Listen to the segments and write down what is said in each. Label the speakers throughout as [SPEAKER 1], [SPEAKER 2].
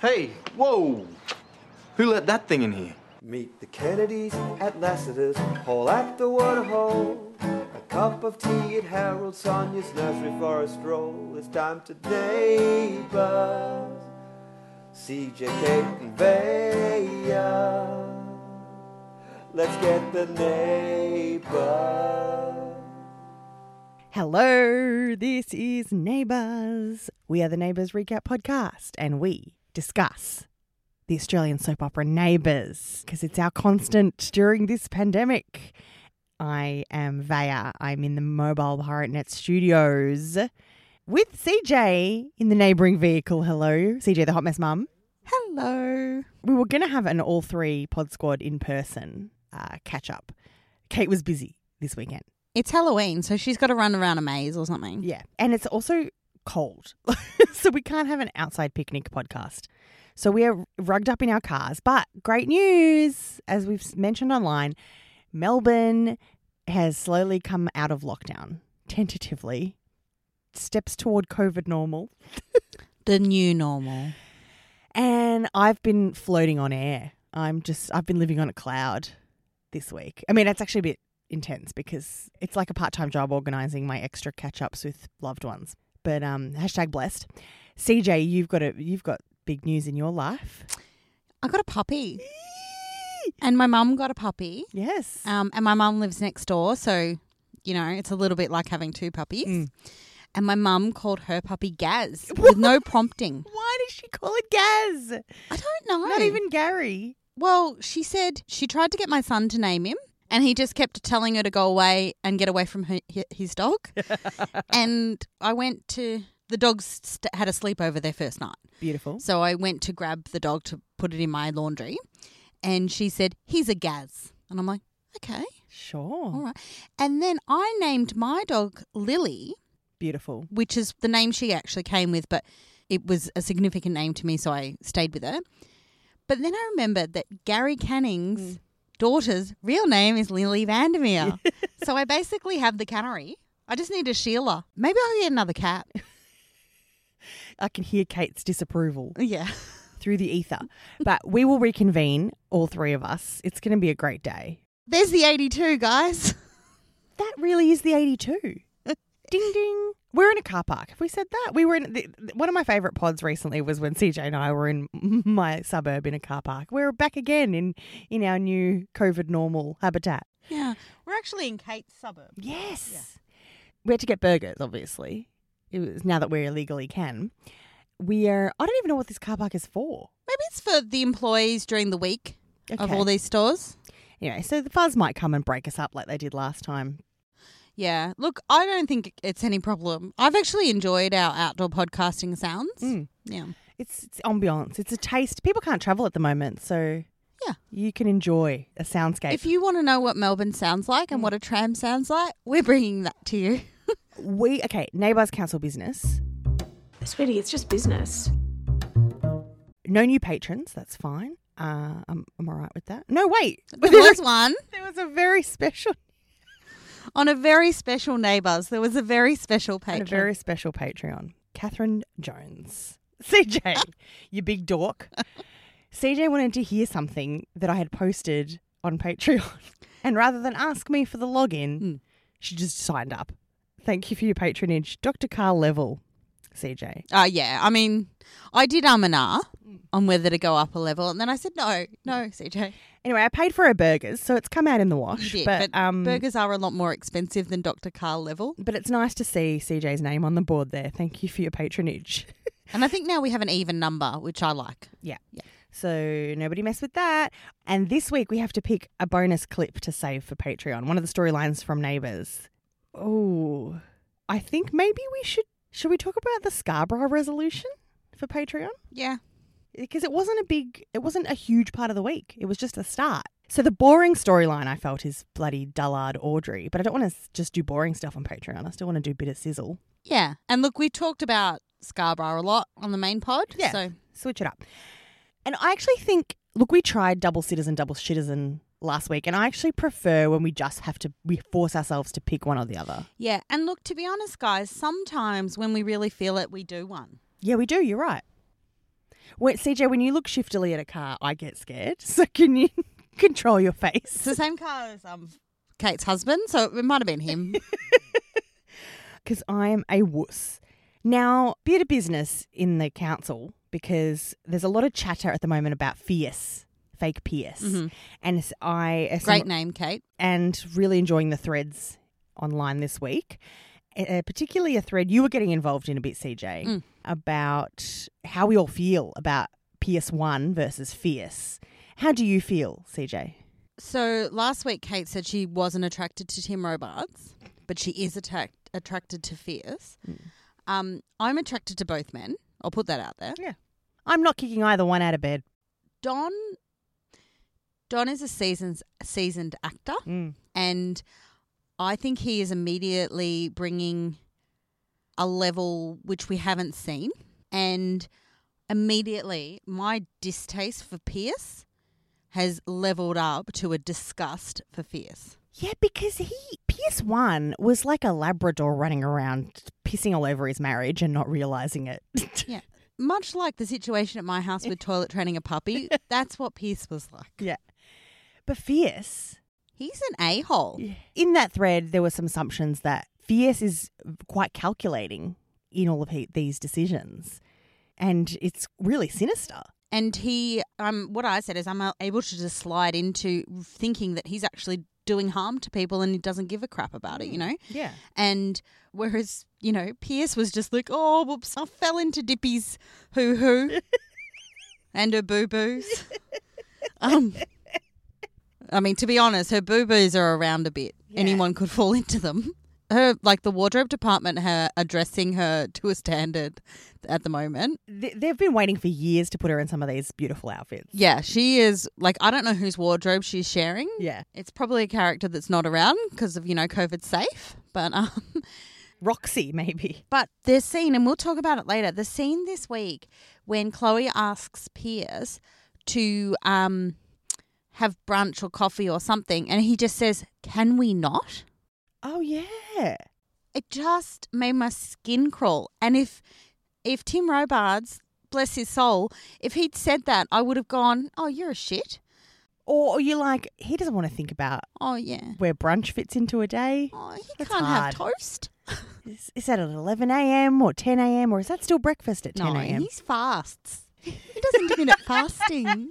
[SPEAKER 1] Hey, whoa! Who let that thing in here?
[SPEAKER 2] Meet the Kennedys at Lassiter's, Hall at the Waterhole. A cup of tea at Harold Sonia's nursery for a stroll. It's time to neighbors. CJ, Kate, and Vaya. Let's get the neighbors.
[SPEAKER 3] Hello, this is Neighbours. We are the Neighbours Recap Podcast, and we discuss the Australian soap opera Neighbours because it's our constant during this pandemic. I am Vaya. I'm in the mobile PirateNet studios with CJ in the neighbouring vehicle. Hello, CJ, the hot mess mum. Hello. We were going to have an all three pod squad in person uh, catch up. Kate was busy this weekend.
[SPEAKER 4] It's Halloween, so she's got to run around a maze or something.
[SPEAKER 3] Yeah. And it's also cold. so we can't have an outside picnic podcast. So we are rugged up in our cars. But great news, as we've s- mentioned online, Melbourne has slowly come out of lockdown, tentatively, steps toward COVID normal.
[SPEAKER 4] The new normal.
[SPEAKER 3] And I've been floating on air. I'm just, I've been living on a cloud this week. I mean, it's actually a bit intense because it's like a part time job organizing my extra catch ups with loved ones. But um, hashtag blessed. CJ, you've got a, you've got big news in your life.
[SPEAKER 4] I got a puppy. and my mum got a puppy.
[SPEAKER 3] Yes.
[SPEAKER 4] Um, and my mum lives next door, so you know, it's a little bit like having two puppies.
[SPEAKER 3] Mm.
[SPEAKER 4] And my mum called her puppy Gaz with no prompting.
[SPEAKER 3] Why does she call it Gaz?
[SPEAKER 4] I don't know.
[SPEAKER 3] Not even Gary.
[SPEAKER 4] Well, she said she tried to get my son to name him, and he just kept telling her to go away and get away from her, hi- his dog. and I went to the dogs st- had a sleepover their first night.
[SPEAKER 3] Beautiful.
[SPEAKER 4] So I went to grab the dog to put it in my laundry, and she said, "He's a Gaz," and I'm like, "Okay,
[SPEAKER 3] Sure.
[SPEAKER 4] all right." And then I named my dog Lily,
[SPEAKER 3] Beautiful.
[SPEAKER 4] which is the name she actually came with, but it was a significant name to me, so I stayed with her. But then I remembered that Gary Canning's daughter's real name is Lily Vandermeer, so I basically have the cannery. I just need a Sheila. Maybe I'll get another cat.
[SPEAKER 3] I can hear Kate's disapproval.
[SPEAKER 4] Yeah.
[SPEAKER 3] through the ether. But we will reconvene, all three of us. It's going to be a great day.
[SPEAKER 4] There's the 82, guys.
[SPEAKER 3] That really is the 82. ding ding. We're in a car park. Have we said that? We were in the, one of my favorite pods recently was when CJ and I were in my suburb in a car park. We're back again in in our new COVID normal habitat.
[SPEAKER 4] Yeah. We're actually in Kate's suburb.
[SPEAKER 3] Yes. We had to get burgers, obviously. It was now that we illegally can. We are I don't even know what this car park is for.
[SPEAKER 4] Maybe it's for the employees during the week of
[SPEAKER 3] Okay.
[SPEAKER 4] all these stores.
[SPEAKER 3] Anyway, so the fuzz might come and break us up like they did last time.
[SPEAKER 4] Yeah. Look, I don't think it's any problem. I've actually enjoyed our outdoor podcasting sounds.
[SPEAKER 3] Mm.
[SPEAKER 4] Yeah.
[SPEAKER 3] It's, it's ambiance. It's a taste. People can't travel at the moment, so
[SPEAKER 4] Yeah.
[SPEAKER 3] you can enjoy a soundscape.
[SPEAKER 4] If you want to know what Melbourne sounds like
[SPEAKER 3] Mm.
[SPEAKER 4] and what a tram sounds like, we're bringing that to you.
[SPEAKER 3] we okay, neighbours council business.
[SPEAKER 5] Sweetie, it's just business.
[SPEAKER 3] No new patrons. That's fine. Uh, I'm I'm all right with that. No, wait.
[SPEAKER 4] There was one
[SPEAKER 3] There was a very special
[SPEAKER 4] on a very special neighbours. There was a very special
[SPEAKER 3] and
[SPEAKER 4] patron.
[SPEAKER 3] a very special Patreon. Catherine Jones. CJ, you big dork. CJ wanted to hear something that I had posted on Patreon. And rather than ask me for the login,
[SPEAKER 4] Hmm.
[SPEAKER 3] she just signed up. Thank you for your patronage, Dr. Carl Level. CJ.
[SPEAKER 4] Uh, yeah, I mean, I did um and ah
[SPEAKER 3] Mm.
[SPEAKER 4] on whether to go up a level, and then I said no, no, CJ.
[SPEAKER 3] Anyway, I paid for her burgers, so it's come out in the
[SPEAKER 4] You
[SPEAKER 3] wash.
[SPEAKER 4] did,
[SPEAKER 3] but, um,
[SPEAKER 4] burgers are a lot more expensive than Dr. Carl level.
[SPEAKER 3] but it's nice to see CJ's name on the board there. Thank you for your patronage.
[SPEAKER 4] And I think now we have an even number, which I like.
[SPEAKER 3] Yeah.
[SPEAKER 4] Yeah.
[SPEAKER 3] So nobody mess with that. And this week we have to pick a bonus clip to save for Patreon. One of the storylines from Neighbours. Oh, I think maybe we should should we talk about the Scarborough resolution for Patreon
[SPEAKER 4] Yeah.
[SPEAKER 3] because it wasn't a big, it wasn't a huge part of the week. It was just the start. So the boring storyline I felt is bloody dullard Audrey, but I don't want to just do boring stuff on Patreon. I still want to do a bit of sizzle.
[SPEAKER 4] Yeah. And look, we talked about Scarborough a lot on the main pod.
[SPEAKER 3] Yeah.
[SPEAKER 4] So
[SPEAKER 3] switch it up. And I actually think, look, we tried double citizen, double citizen last week, and I actually prefer when we just have to, we force ourselves to pick one or the other.
[SPEAKER 4] yeah. And look, to be honest, guys, sometimes when we really feel it, we do one.
[SPEAKER 3] Yeah, we do. You're right. When, CJ, when you look shiftily at a car, I get scared. So can you control your
[SPEAKER 4] It's
[SPEAKER 3] face?
[SPEAKER 4] the same car as um, Kate's husband, so it might have been him.
[SPEAKER 3] Because I am a wuss. Now, bit of business in the council because there's a lot of chatter at the moment about fierce, fake PS, and s- I as
[SPEAKER 4] Great
[SPEAKER 3] some-
[SPEAKER 4] name, Kate.
[SPEAKER 3] and really enjoying the threads online this week. Uh, particularly a thread you were getting involved in a bit, CJ, about how we all feel about PS1 versus Fierce. How do you feel, CJ?
[SPEAKER 4] So last week, Kate said she wasn't attracted to Tim Robarts, but she is attract, attracted to Fierce. Um, I'm attracted to both men. I'll put that out there.
[SPEAKER 3] I'm not kicking either one out of bed.
[SPEAKER 4] Don, Don is a seasoned seasoned actor,
[SPEAKER 3] Mm.
[SPEAKER 4] and I think he is immediately bringing a level which we haven't seen, and immediately my distaste for Pierce has leveled up to a disgust for Fierce.
[SPEAKER 3] Yeah, because he PS1 was like a Labrador running around pissing all over his marriage and not realizing it.
[SPEAKER 4] Yeah. Much like the situation at my house with toilet training a puppy, that's what Pierce was like.
[SPEAKER 3] yeah. But Fierce
[SPEAKER 4] He's an a hole.
[SPEAKER 3] In that thread, there were some assumptions that Fierce is quite calculating in all of he- these decisions, and it's really sinister.
[SPEAKER 4] And he, um, what I said is, I'm able to just slide into thinking that he's actually doing harm to people and he doesn't give a crap about it, you know?
[SPEAKER 3] Yeah,
[SPEAKER 4] And whereas, you know, Pierce was just like, oh, whoops, I fell into Dippy's hoo hoo and her boo boos. Um, I mean, to be honest, her boo boos are around a bit. Anyone could fall into them. Her, like the wardrobe department, her are dressing her to a standard at the moment.
[SPEAKER 3] Th- they've been waiting for years to put her in some of these beautiful outfits.
[SPEAKER 4] Yeah, she is like, I don't know whose wardrobe she's sharing.
[SPEAKER 3] Yeah,
[SPEAKER 4] It's probably a character that's not around because of, you know, COVID safe. But um,
[SPEAKER 3] Roxy maybe.
[SPEAKER 4] But the scene, and we'll talk about it later, the scene this week when Chloe asks Piers to um, have brunch or coffee or something, and he just says, Can we not?
[SPEAKER 3] Oh yeah,
[SPEAKER 4] It just made my skin crawl. And if if Tim Robards, bless his soul, if he'd said that, I would have gone, Oh, you're a shit.
[SPEAKER 3] or are you like he doesn't want to think about
[SPEAKER 4] Oh, yeah.
[SPEAKER 3] where brunch fits into a day?
[SPEAKER 4] Oh, he
[SPEAKER 3] That's
[SPEAKER 4] can't
[SPEAKER 3] hard.
[SPEAKER 4] have toast.
[SPEAKER 3] Is, is that at eleven a.m. or ten a.m. or is that still breakfast at ten
[SPEAKER 4] no,
[SPEAKER 3] a.m.?
[SPEAKER 4] he's fasts. He does intermittent fasting.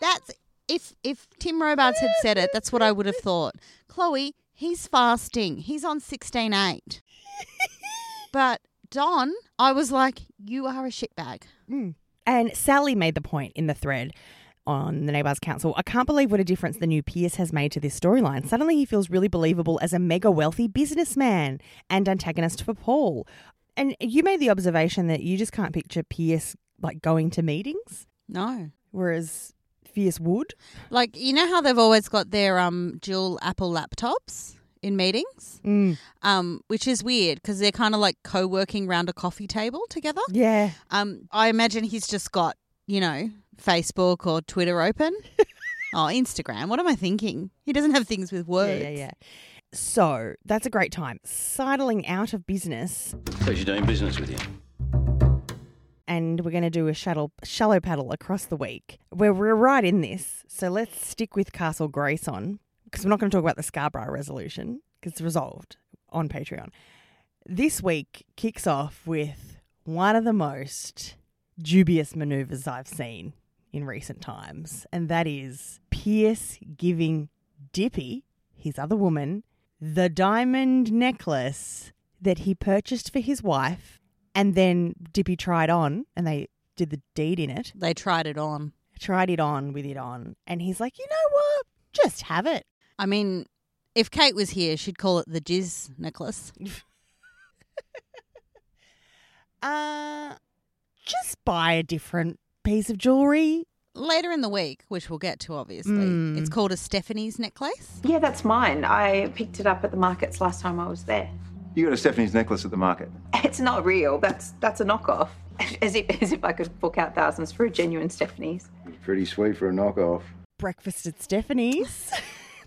[SPEAKER 4] That's if if Tim Robards had said it, that's what I would have thought. Chloe, he's fasting. He's on sixteen eight. But Don, I was like, you are a shitbag.
[SPEAKER 3] And Sally made the point in the thread on the Neighbours Council I can't believe what a difference the new Pierce has made to this storyline. Suddenly he feels really believable as a mega wealthy businessman and antagonist for Paul. And you made the observation that you just can't picture Pierce like going to meetings,
[SPEAKER 4] No.
[SPEAKER 3] whereas Fierce would.
[SPEAKER 4] Like you know how they've always got their um dual Apple laptops in meetings,
[SPEAKER 3] Mm.
[SPEAKER 4] um, which is weird because they're kind of like co-working round a coffee table together.
[SPEAKER 3] Yeah.
[SPEAKER 4] Um, I imagine he's just got, you know, Facebook or Twitter open. oh, Instagram. What am I thinking? He doesn't have things with words.
[SPEAKER 3] Yeah, yeah, yeah. So that's a great time. Sidling out of business,
[SPEAKER 6] So she's doing business with you.
[SPEAKER 3] and we're going to do a shuttle, shallow paddle across the week where we're right in this. So let's stick with Castle Grayson because we're not going to talk about the Scarborough resolution because it's resolved on Patreon. This week kicks off with one of the most dubious maneuvers I've seen in recent times, and that is Pierce giving Dippy, his other woman, the diamond necklace that he purchased for his wife and then Dippy tried on, and they did the deed in it.
[SPEAKER 4] They tried it on.
[SPEAKER 3] Tried it on with it on, and he's like, you know what? Just have it.
[SPEAKER 4] I mean, if Kate was here, she'd call it the jizz necklace.
[SPEAKER 3] Uh, just buy a different piece of jewelry.
[SPEAKER 4] Later in the week, which we'll get to obviously,
[SPEAKER 3] Mm.
[SPEAKER 4] it's called a Stephanie's necklace.
[SPEAKER 5] Yeah, that's mine. I picked it up at the markets last time I was there.
[SPEAKER 1] You got a Stephanie's necklace at the market.
[SPEAKER 5] It's not real. That's that's a knockoff. As if as if I could book out thousands for a genuine Stephanie's.
[SPEAKER 7] Pretty sweet for a knockoff.
[SPEAKER 3] Breakfast at Stephanie's,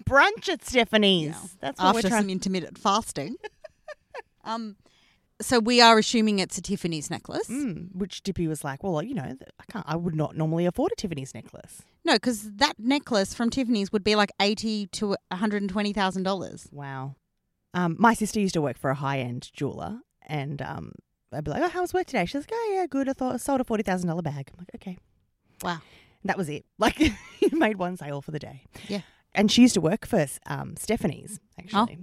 [SPEAKER 3] brunch at Stephanie's. That's what
[SPEAKER 4] After
[SPEAKER 3] we're trying.
[SPEAKER 4] some intermittent fasting. um, So we are assuming it's a Tiffany's necklace. No, 'cause
[SPEAKER 3] Mm, which Dippy was like, well, you know, th- I can't, I would not normally afford a Tiffany's necklace.
[SPEAKER 4] No, because that necklace from Tiffany's would be like eighty to one hundred and twenty thousand dollars.
[SPEAKER 3] Wow. Um, my sister used to work for a high end jeweler, and um, I'd be like, oh, how was work today? She's like, oh yeah, good. I thought I sold a forty thousand dollar bag. I'm like, okay.
[SPEAKER 4] Wow.
[SPEAKER 3] And that was it. Like, you made one sale for the day.
[SPEAKER 4] Yeah.
[SPEAKER 3] And she used to work for um, Stephanie's actually,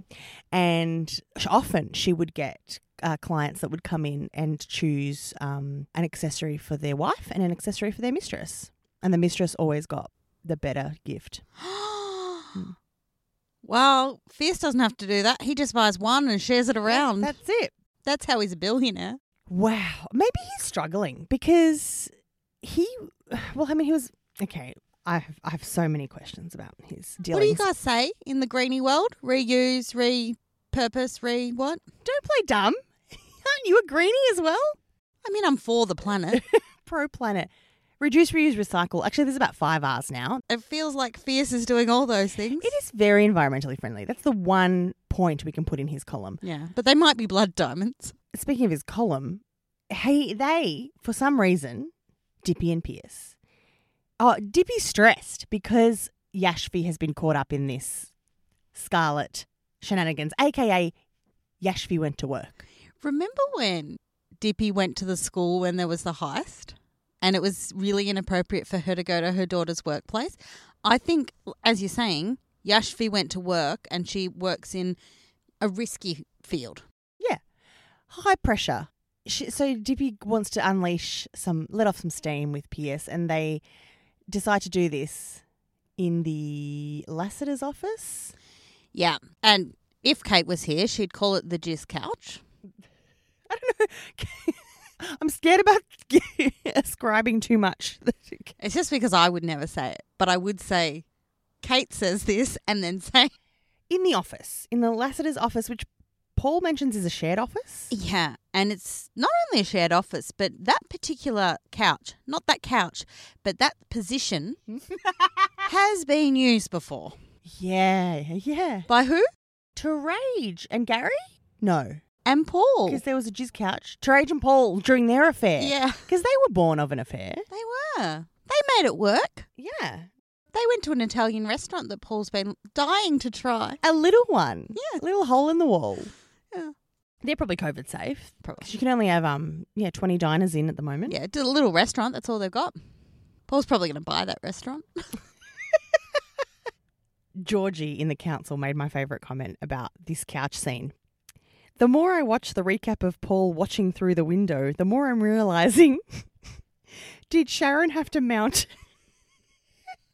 [SPEAKER 3] and sh- often she would get uh, clients that would come in and choose um, an accessory for their wife and an accessory for their mistress, and the mistress always got the better gift.
[SPEAKER 4] Well, Fierce doesn't have to do that. He just buys one and shares it around.
[SPEAKER 3] That's it.
[SPEAKER 4] That's how he's a billionaire.
[SPEAKER 3] Wow. Maybe he's struggling because he, well, I mean, he was, okay, I have, I have so many questions about his dealings.
[SPEAKER 4] What do you guys say in the greenie world? Reuse, repurpose, re what?
[SPEAKER 3] Don't play dumb. Aren't you a greenie as well?
[SPEAKER 4] I mean, I'm for the planet.
[SPEAKER 3] Pro planet. Reduce, reuse, recycle. Actually, there's about five R's now.
[SPEAKER 4] it feels like Fierce is doing all those things.
[SPEAKER 3] It is very environmentally friendly. That's the one point we can put in his column.
[SPEAKER 4] Yeah, but they might be blood diamonds.
[SPEAKER 3] Speaking of his column, hey, they, for some reason, Dippy and Pierce. Oh, Dippy's stressed because Yashvi has been caught up in this Scarlet shenanigans, aka Yashvi went to work.
[SPEAKER 4] Remember when Dippy went to the school when there was the heist and it was really inappropriate for her to go to her daughter's workplace? I think, as you're saying, Yashvi went to work and she works in a risky field.
[SPEAKER 3] Yeah. High pressure. She, so Dippy wants to unleash some, let off some steam with Pierce, and they decide to do this in the Lassiter's office.
[SPEAKER 4] Yeah. And if Kate was here, she'd call it the Jizz Couch.
[SPEAKER 3] I don't know. I'm scared about ascribing too much.
[SPEAKER 4] It's just because I would never say it, but I would say Kate says this and then say,
[SPEAKER 3] In the office, in the Lassiter's office, which Paul mentions is a shared office.
[SPEAKER 4] Yeah, and it's not only a shared office, but that particular couch, not that couch, but that position has been used before.
[SPEAKER 3] Yeah, yeah.
[SPEAKER 4] By who?
[SPEAKER 3] To Rage and Gary? No.
[SPEAKER 4] And Paul.
[SPEAKER 3] Because there was a jizz couch. To Rage and Paul during their affair.
[SPEAKER 4] Yeah.
[SPEAKER 3] Because they were born of an affair.
[SPEAKER 4] They were. They made it work.
[SPEAKER 3] Yeah.
[SPEAKER 4] They went to an Italian restaurant that Paul's been dying to try.
[SPEAKER 3] A little one.
[SPEAKER 4] Yeah.
[SPEAKER 3] A little hole in the wall.
[SPEAKER 4] Yeah.
[SPEAKER 3] They're probably COVID safe. Probably. You can only have um yeah, twenty diners in at the moment.
[SPEAKER 4] Yeah, did a little restaurant. That's all they've got. Paul's probably going to buy that restaurant.
[SPEAKER 3] Georgie in the council made my favourite comment about this couch scene. The more I watch the recap of Paul watching through the window, the more I'm realizing did Sharon have to mount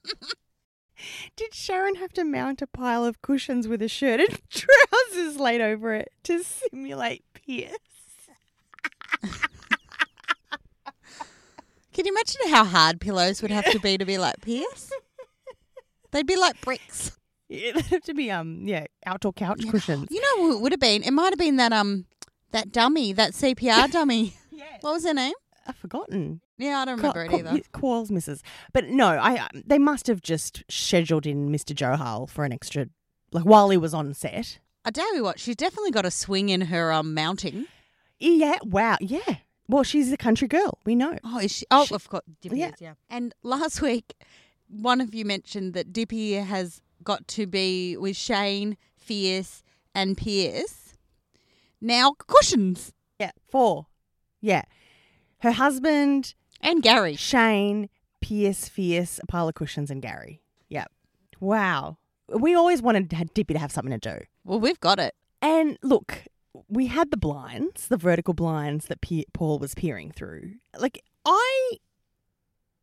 [SPEAKER 3] Did Sharon have to mount a pile of cushions with a shirt and trousers laid over it to simulate Pierce?
[SPEAKER 4] Can you imagine how hard pillows would have to be to be like Pierce? They'd be like bricks.
[SPEAKER 3] Yeah, It'd have to be um yeah, outdoor couch cushions.
[SPEAKER 4] You know who it would have been? It might have been that um that dummy, that CPR dummy. yeah. What was her name?
[SPEAKER 3] I've forgotten.
[SPEAKER 4] Yeah, I don't remember it
[SPEAKER 3] Ca-
[SPEAKER 4] either.
[SPEAKER 3] ca- Qualls misses. But no, I um, they must have just scheduled in Mr. Johal for an extra like while he was on set.
[SPEAKER 4] I tell you what, she's definitely got a swing in her um mounting.
[SPEAKER 3] Yeah, wow. Yeah. Well, she's a country girl. We know.
[SPEAKER 4] Oh, is she? Oh,
[SPEAKER 3] She-
[SPEAKER 4] I've got Dippy.
[SPEAKER 3] Yeah.
[SPEAKER 4] is, yeah. And last week, one of you mentioned that Dippy has got to be with Shane, Fierce, and Pierce. Now cushions
[SPEAKER 3] Yeah, four. Yeah. Her husband,
[SPEAKER 4] and Gary.
[SPEAKER 3] Shane, Pierce, Fierce, a pile of cushions and Gary. Yeah. Wow. We always wanted to- Dippy to have something to do.
[SPEAKER 4] Well, we've got it.
[SPEAKER 3] And look, we had the blinds, the vertical blinds that Pe- Paul was peering through. Like I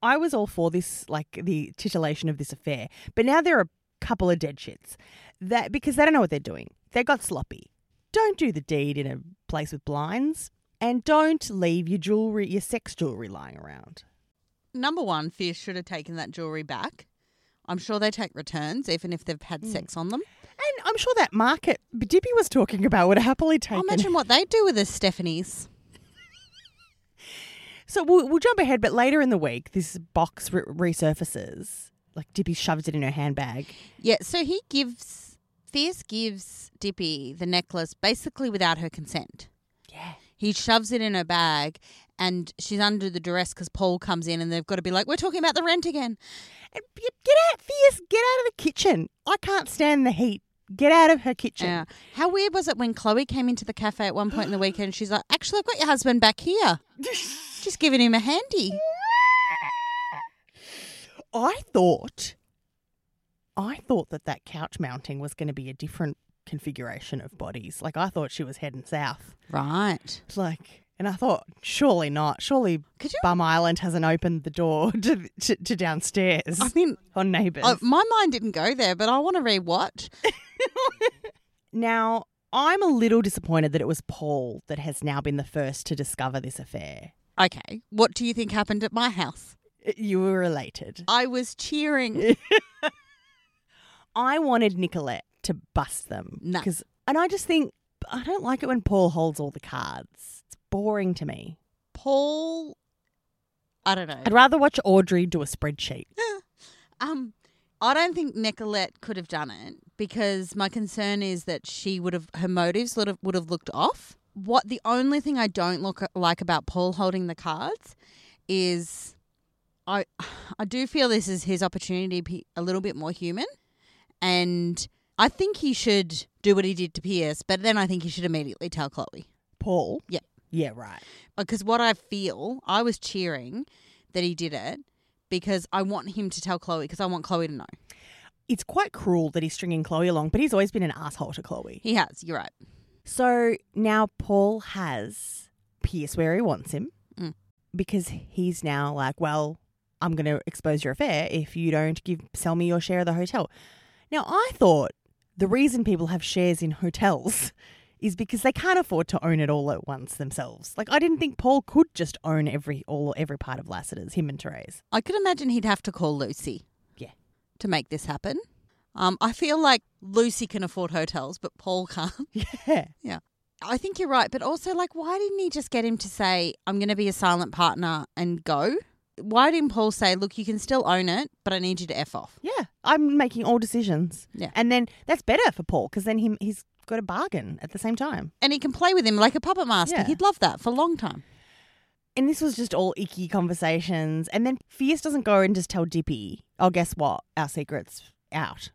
[SPEAKER 3] I was all for this like the titillation of this affair, but now there are a couple of dead shits that because they don't know what they're doing. They got sloppy. Don't do the deed in a place with blinds and don't leave your jewelry, your sex jewelry lying around.
[SPEAKER 4] number one, Fierce should have taken that jewelry back. I'm sure they take returns, even if they've had sex on them.
[SPEAKER 3] And I'm sure that market Dippy was talking about would happily take
[SPEAKER 4] I'll Oh, imagine what they do with the Stephanie's.
[SPEAKER 3] So we'll, we'll jump ahead, but later in the week, this box re- resurfaces. Like Dippy shoves it in her handbag.
[SPEAKER 4] Yeah, so he gives Fierce gives Dippy the necklace basically without her consent.
[SPEAKER 3] Yeah.
[SPEAKER 4] He He shoves it in her bag and she's under the duress because Paul comes in and they've got to be like, we're talking about the rent again.
[SPEAKER 3] And Get get out, fierce. Get out of the kitchen. I can't stand the heat. Get out of her kitchen.
[SPEAKER 4] Yeah. How weird was it when Chloe came into the cafe at one point in the weekend? She's like, actually, I've got your husband back here. Just giving him a handy.
[SPEAKER 3] I thought, I thought that that couch mounting was going to be a different configuration of bodies. Like I thought she was heading south.
[SPEAKER 4] Right.
[SPEAKER 3] It's Like, and I thought, surely not. Surely
[SPEAKER 4] Could you-
[SPEAKER 3] Bum Island hasn't opened the door to to, to downstairs
[SPEAKER 4] I mean,
[SPEAKER 3] on neighbours.
[SPEAKER 4] uh, my mind didn't go there, but I want to rewatch.
[SPEAKER 3] now I'm a little disappointed that it was Paul that has now been the first to discover this affair.
[SPEAKER 4] Okay. What do you think happened at my house?
[SPEAKER 3] You were related.
[SPEAKER 4] I was cheering.
[SPEAKER 3] I wanted Nicolette to bust them
[SPEAKER 4] No.
[SPEAKER 3] because, and I just think I don't like it when Paul holds all the cards. It's boring to me.
[SPEAKER 4] Paul. I don't know.
[SPEAKER 3] I'd rather watch Audrey do a spreadsheet.
[SPEAKER 4] Um, I don't think Nicolette could have done it because my concern is that she would have her motives would have would have looked off. What the only thing I don't look like about Paul holding the cards is, I I do feel this is his opportunity to be a little bit more human, and I think he should do what he did to Pierce, but then I think he should immediately tell Chloe
[SPEAKER 3] Paul.
[SPEAKER 4] Yeah.
[SPEAKER 3] Yeah. Right.
[SPEAKER 4] because what I feel, I was cheering that he did it because I want him to tell Chloe because I want Chloe to know.
[SPEAKER 3] It's quite cruel that he's stringing Chloe along, but he's always been an asshole to Chloe.
[SPEAKER 4] He has. You're right.
[SPEAKER 3] So now Paul has Pierce where he wants him
[SPEAKER 4] Mm.
[SPEAKER 3] because he's now like, well, I'm going to expose your affair if you don't give sell me your share of the hotel. Now I thought the reason people have shares in hotels is because they can't afford to own it all at once themselves. Like I didn't think Paul could just own every all every part of Lassiter's, him and Therese.
[SPEAKER 4] I could imagine he'd have to call Lucy.
[SPEAKER 3] Yeah.
[SPEAKER 4] To make this happen. Um, I feel like Lucy can afford hotels, but Paul can't.
[SPEAKER 3] Yeah.
[SPEAKER 4] yeah. I think you're right. But also, like, why didn't he just get him to say, I'm going to be a silent partner and go? Why didn't Paul say, look, you can still own it, but I need you to F off?
[SPEAKER 3] Yeah, I'm making all decisions.
[SPEAKER 4] Yeah.
[SPEAKER 3] and then that's better for Paul because then he he's got a bargain at the same time.
[SPEAKER 4] And he can play with him like a puppet master.
[SPEAKER 3] Yeah.
[SPEAKER 4] He'd love that for a long time.
[SPEAKER 3] And this was just all icky conversations. And then Fierce doesn't go and just tell Dippy, "Oh, guess what? Our secret's out."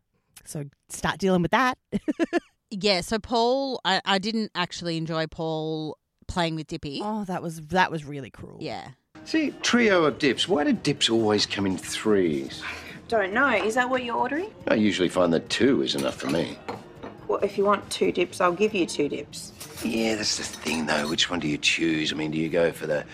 [SPEAKER 3] So start dealing with that.
[SPEAKER 4] Yeah. So, Paul, I, I didn't actually enjoy Paul playing with Dippy.
[SPEAKER 3] Oh, that was that was really cruel.
[SPEAKER 4] Yeah.
[SPEAKER 7] See, trio of dips. Why do dips always come in threes?
[SPEAKER 5] Don't know. Is that what you're ordering?
[SPEAKER 7] I usually find that two is enough for me.
[SPEAKER 5] Well, if you want two dips, I'll give you two dips.
[SPEAKER 7] Yeah, that's the thing, though. Which one do you choose? I mean, do you go for the,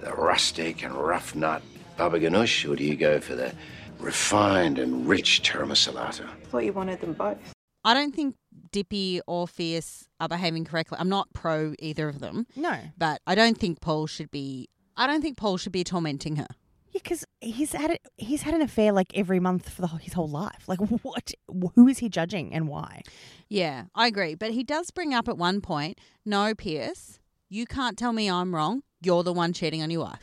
[SPEAKER 7] the rustic and rough nut baba ganoush, or do you go for the refined and rich tiramisalata?
[SPEAKER 5] I thought you wanted them both.
[SPEAKER 4] I don't think Dippy or Fierce are behaving correctly. I'm not pro either of them,
[SPEAKER 3] No, yeah,
[SPEAKER 4] but I don't think Paul should be. I don't think Paul should be tormenting her.
[SPEAKER 3] because he's had it. He's had an affair like every month for the, whole- his whole life. Like, what? Who is he judging and why?
[SPEAKER 4] Yeah, I agree. But he does bring up at one point, no, Pierce, you can't tell me I'm wrong. You're the one cheating on your wife.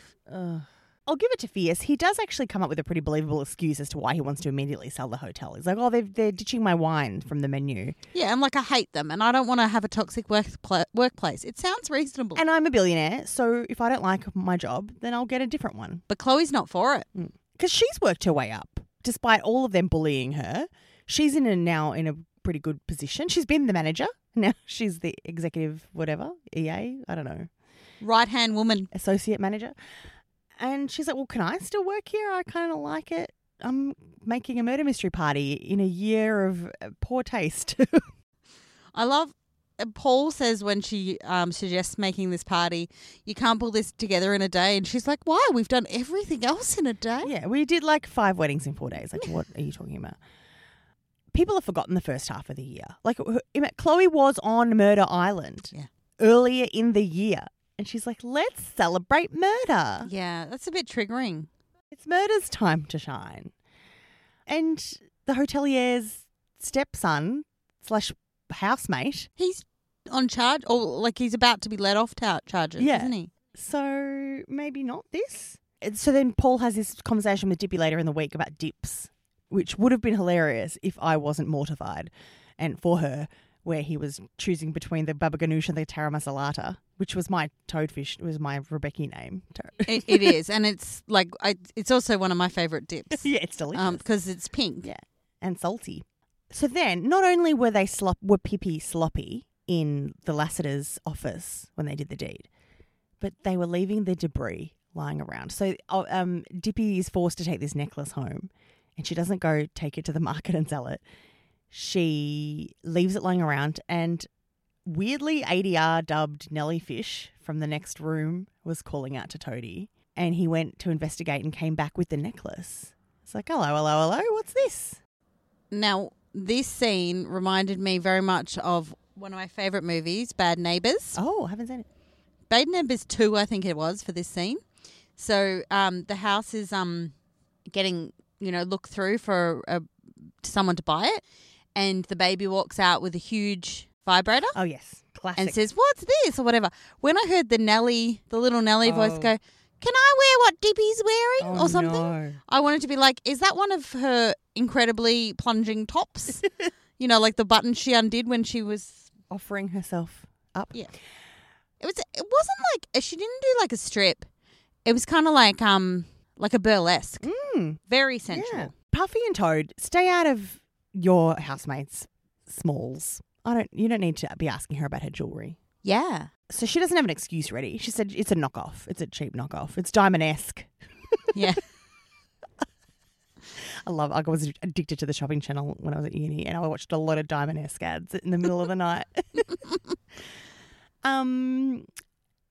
[SPEAKER 3] I'll give it to Fierce. He does actually come up with a pretty believable excuse as to why he wants to immediately sell the hotel. He's like, "Oh, they're they're ditching my wine from the menu,
[SPEAKER 4] Yeah, and like I hate them, and I don't want to have a toxic work workplace. It sounds reasonable,
[SPEAKER 3] and I'm a billionaire, so if I don't like my job, then I'll get a different one."
[SPEAKER 4] but Chloe's not for it.
[SPEAKER 3] Because she's worked her way up, despite all of them bullying her. She's in a now in a pretty good position. She's been the manager. Now she's the executive, whatever EA. I don't know.
[SPEAKER 4] Right hand woman.
[SPEAKER 3] associate manager. And she's like, Well, can I still work here? I kind of like it. I'm making a murder mystery party in a year of uh, poor taste.
[SPEAKER 4] I love. uh, Paul says when she um, suggests making this party, you can't pull this together in a day, and she's like, "Why? We've done everything else in a day."
[SPEAKER 3] yeah, we did like five weddings in four days. Like, what are you talking about? People have forgotten the first half of the year. Like, wh- ima- Chloe was on Murder Island
[SPEAKER 4] Yeah.
[SPEAKER 3] earlier in the year. And she's like, Let's celebrate murder.
[SPEAKER 4] Yeah, that's a bit triggering.
[SPEAKER 3] It's murder's time to shine. And the hotelier's stepson slash housemate
[SPEAKER 4] He's on charge, or like he's about to be let off ta- charges,
[SPEAKER 3] Yeah.
[SPEAKER 4] isn't he?
[SPEAKER 3] So maybe not this. And So then Paul has this conversation with Dippy later in the week about dips, which would have been hilarious if I wasn't mortified and for her where he was choosing between the baba ganoush and the tara masalata, which was my toadfish, was my Rebecca name. To-
[SPEAKER 4] It, it is, and it's like I, it's also one of my favorite dips.
[SPEAKER 3] yeah, it's delicious.
[SPEAKER 4] because it's pink.
[SPEAKER 3] Yeah, and salty. So then, not only were they slop were Pippi sloppy in the Lassiter's office when they did the deed, but they were leaving the debris lying around. So oh, um, Dippy is forced to take this necklace home, and she doesn't go take it to the market and sell it. She leaves it lying around, and weirdly ADR dubbed Nellie Fish from the next room was calling out to Toadie, and he went to investigate and came back with the necklace. It's like, hello, hello, hello, what's this?
[SPEAKER 4] Now, this scene reminded me very much of one of my favorite movies, Bad Neighbors.
[SPEAKER 3] Oh, I haven't seen it.
[SPEAKER 4] Bad Neighbors Two, I think it was for this scene. So um, the house is um, getting you know looked through for uh someone to buy it, and the baby walks out with a huge vibrator.
[SPEAKER 3] Oh, yes, classic.
[SPEAKER 4] and says, "What's this?" or whatever. When I heard the Nelly, the little Nelly voice
[SPEAKER 3] Oh.
[SPEAKER 4] go, "Can I wear what Dippy's wearing?"
[SPEAKER 3] Oh,
[SPEAKER 4] or something,
[SPEAKER 3] no.
[SPEAKER 4] I wanted to be like, "Is that one of her incredibly plunging tops?" you know, like the button she undid when she was.
[SPEAKER 3] offering herself up.
[SPEAKER 4] Yeah. It was. It wasn't like uh, she didn't do like a strip. It was kind of like um like a burlesque,
[SPEAKER 3] Mm,
[SPEAKER 4] very
[SPEAKER 3] yeah.
[SPEAKER 4] sensual.
[SPEAKER 3] Puffy and Toad, stay out of your housemate's smalls. I don't. You don't need to be asking her about her jewelry.
[SPEAKER 4] Yeah.
[SPEAKER 3] So she doesn't have an excuse ready. She said it's a knockoff. It's a cheap knockoff. It's diamond esque.
[SPEAKER 4] Yeah.
[SPEAKER 3] I love. I was addicted to the shopping channel when I was at uni, and I watched a lot of Diamond Esque ads in the middle of the night. um,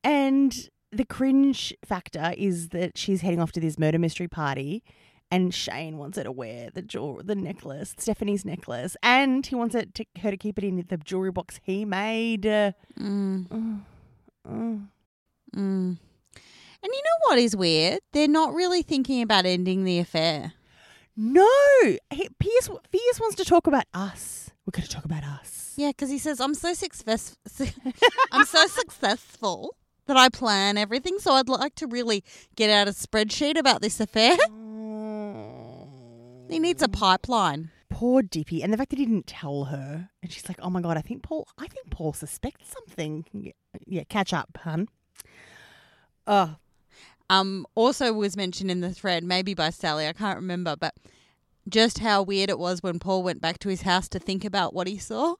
[SPEAKER 3] and the cringe factor is that she's heading off to this murder mystery party, and Shane wants her to wear the jewel, the necklace, Stephanie's necklace, and he wants it to, her to keep it in the jewelry box he made. Uh,
[SPEAKER 4] Mm,
[SPEAKER 3] oh, oh.
[SPEAKER 4] mm. And you know what is weird? They're not really thinking about ending the affair.
[SPEAKER 3] No, he, Pierce, Pierce wants to talk about us. We're going to talk about us.
[SPEAKER 4] Yeah, because he says I'm so success, I'm so successful that I plan everything. So I'd like to really get out a spreadsheet about this affair. he needs a pipeline.
[SPEAKER 3] poor Dippy, and the fact that he didn't tell her, and she's like, "Oh my god, I think Paul, I think Paul suspects something." Y- Yeah, catch up, hun. Oh,
[SPEAKER 4] Um, also was mentioned in the thread, maybe by Sally, I can't remember, but just how weird it was when Paul went back to his house to think about what he saw.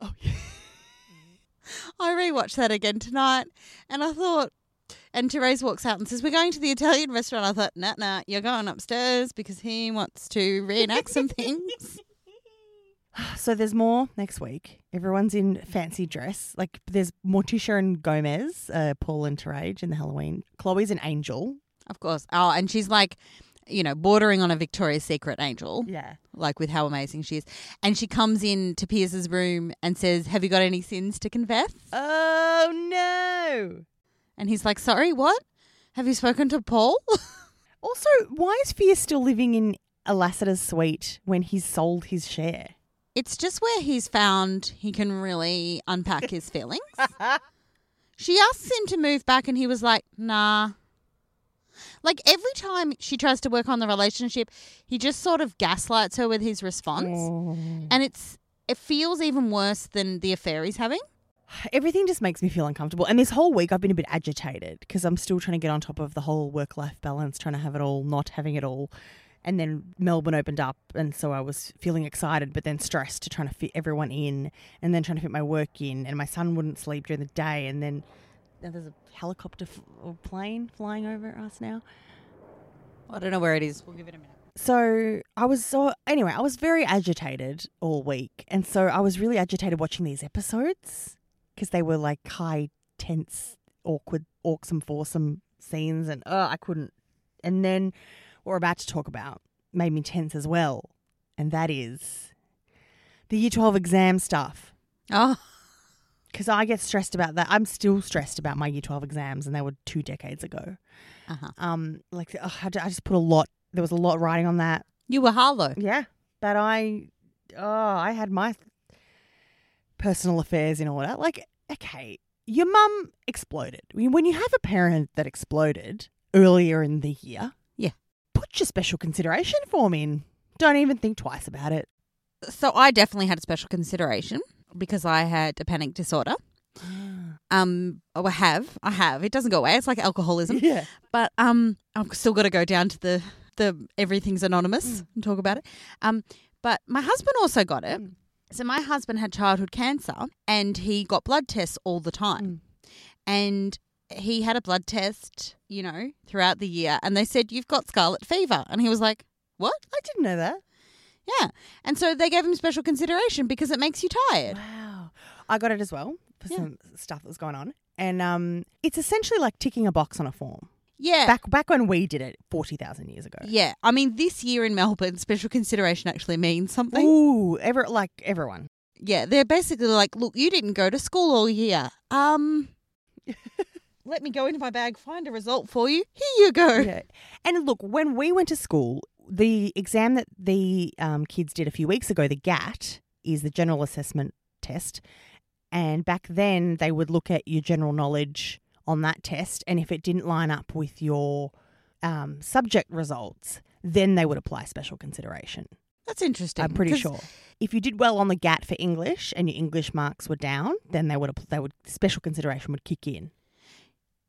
[SPEAKER 3] oh yeah.
[SPEAKER 4] I rewatched that again tonight, and I thought. And Therese walks out and says, "We're going to the Italian restaurant." I thought, "Nah, nah, you're going upstairs because he wants to reenact some things."
[SPEAKER 3] So there's more next week. Everyone's in fancy dress. Like there's Morticia and Gomez, uh, Paul and Terrage in the Halloween. Chloe's an angel.
[SPEAKER 4] Of course. Oh, and she's like, you know, bordering on a Victoria's Secret angel,
[SPEAKER 3] Yeah.
[SPEAKER 4] like with how amazing she is. And she comes in to Pierce's room and says, Have you got any sins to confess?
[SPEAKER 3] Oh no.
[SPEAKER 4] And he's like, Sorry, what? Have you spoken to Paul?
[SPEAKER 3] Also, why is Fear still living in Alastair's suite when he's sold his share?
[SPEAKER 4] it's just where he's found he can really unpack his feelings. she asks him to move back, and he was like, Nah. Like every time she tries to work on the relationship, he just sort of gaslights her with his response. and it's it feels even worse than the affair he's having.
[SPEAKER 3] Everything just makes me feel uncomfortable. And this whole week I've been a bit agitated because I'm still trying to get on top of the whole work life balance, trying to have it all, not having it all. And then Melbourne opened up. And so I was feeling excited, but then stressed to trying to fit everyone in and then trying to fit my work in. And my son wouldn't sleep during the day. And then now there's a helicopter f- or plane flying over us now.
[SPEAKER 4] I don't know where it is. We'll give it a minute.
[SPEAKER 3] So I was so anyway, I was very agitated all week, and so I was really agitated watching these episodes because they were like high tense, awkward, awksome, foursome scenes, and oh, I couldn't. And then what we're about to talk about made me tense as well, and that is the year twelve exam stuff
[SPEAKER 4] Oh,
[SPEAKER 3] because I get stressed about that. I'm still stressed about my year twelve exams, and they were two decades ago.
[SPEAKER 4] Uh-huh.
[SPEAKER 3] Um, like oh, I I just put a lot. There was a lot riding on that.
[SPEAKER 4] you were Harlow.
[SPEAKER 3] Yeah, that I, oh, I had my personal affairs in order. Like, okay, your mum exploded. I mean, When you have a parent that exploded earlier in the year,
[SPEAKER 4] Yeah.
[SPEAKER 3] put your special consideration form in. Don't even think twice about it.
[SPEAKER 4] So I definitely had a special consideration. because I had a panic disorder. Um, oh, I have, I have. It doesn't go away. It's like alcoholism.
[SPEAKER 3] Yeah.
[SPEAKER 4] But um, I've still got to go down to the the everything's anonymous and talk about it. Um, but my husband also got it. So my husband had childhood cancer, and he got blood tests all the time, and he had a blood test, you know, throughout the year, and they said you've got scarlet fever, and he was like, "What?
[SPEAKER 3] I didn't know that.
[SPEAKER 4] Yeah." And so they gave him special consideration because it makes you tired.
[SPEAKER 3] Wow. I got it as well for some stuff that was going on. And um, it's essentially like ticking a box on a form.
[SPEAKER 4] Yeah.
[SPEAKER 3] Back back when we did it 40,000 years ago.
[SPEAKER 4] yeah, I mean, this year in Melbourne, special consideration actually means something.
[SPEAKER 3] Ooh, ever, like everyone.
[SPEAKER 4] Yeah, they're basically like, look, you didn't go to school all year. Um, let me go into my bag, find a result for you. Here you go.
[SPEAKER 3] Yeah. And look, when we went to school, the exam that the um, kids did a few weeks ago, the GAT, is the general assessment test. And back then, they would look at your general knowledge on that test. And if it didn't line up with your um, subject results, then they would apply special consideration.
[SPEAKER 4] That's interesting.
[SPEAKER 3] I'm pretty
[SPEAKER 4] 'cause
[SPEAKER 3] sure. If you did well on the GAT for English and your English marks were down, then they would app- they would special consideration would kick in.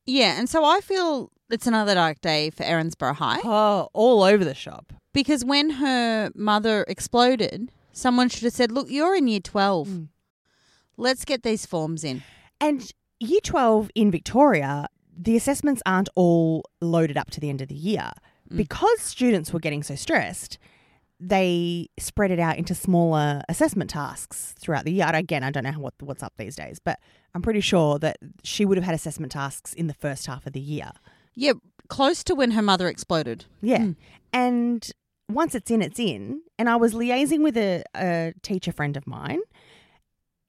[SPEAKER 4] Yeah, and so I feel it's another dark day for Erinsborough High
[SPEAKER 3] Oh, all over the shop.
[SPEAKER 4] because when her mother exploded, someone should have said, look, you're in year 12.
[SPEAKER 3] Mm.
[SPEAKER 4] Let's get these forms in.
[SPEAKER 3] And year 12 in Victoria, the assessments aren't all loaded up to the end of the year. Because students were getting so stressed, they spread it out into smaller assessment tasks throughout the year. And Again, I don't know what, what's up these days, but I'm pretty sure that she would have had assessment tasks in the first half of the year.
[SPEAKER 4] Yeah, close to when her mother exploded.
[SPEAKER 3] Yeah. And once it's in, it's in. And I was liaising with a, a teacher friend of mine,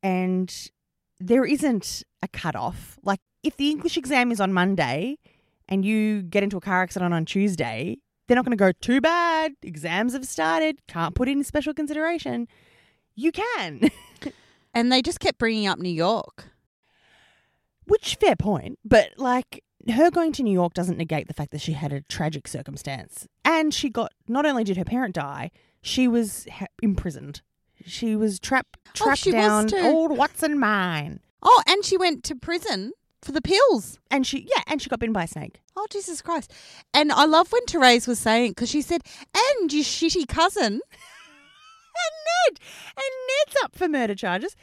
[SPEAKER 3] and there isn't a cutoff. Like, if the English exam is on Monday and you get into a car accident on Tuesday, they're not going to go, too bad, exams have started, can't put in special consideration. You can,
[SPEAKER 4] And they just kept bringing up New York.
[SPEAKER 3] which fair point, but like her going to New York doesn't negate the fact that she had a tragic circumstance. And she got not only did her parent die, she was ha- imprisoned. Oh, She was trapped trapped
[SPEAKER 4] she was
[SPEAKER 3] down
[SPEAKER 4] too.
[SPEAKER 3] old Watson mine.
[SPEAKER 4] Oh, and she went to prison for the pills.
[SPEAKER 3] And she yeah, and she got bitten by a snake.
[SPEAKER 4] Oh, Jesus Christ. And I love when Therese was saying, because she said, and your shitty cousin.
[SPEAKER 3] And Ned and Ned's up for murder charges.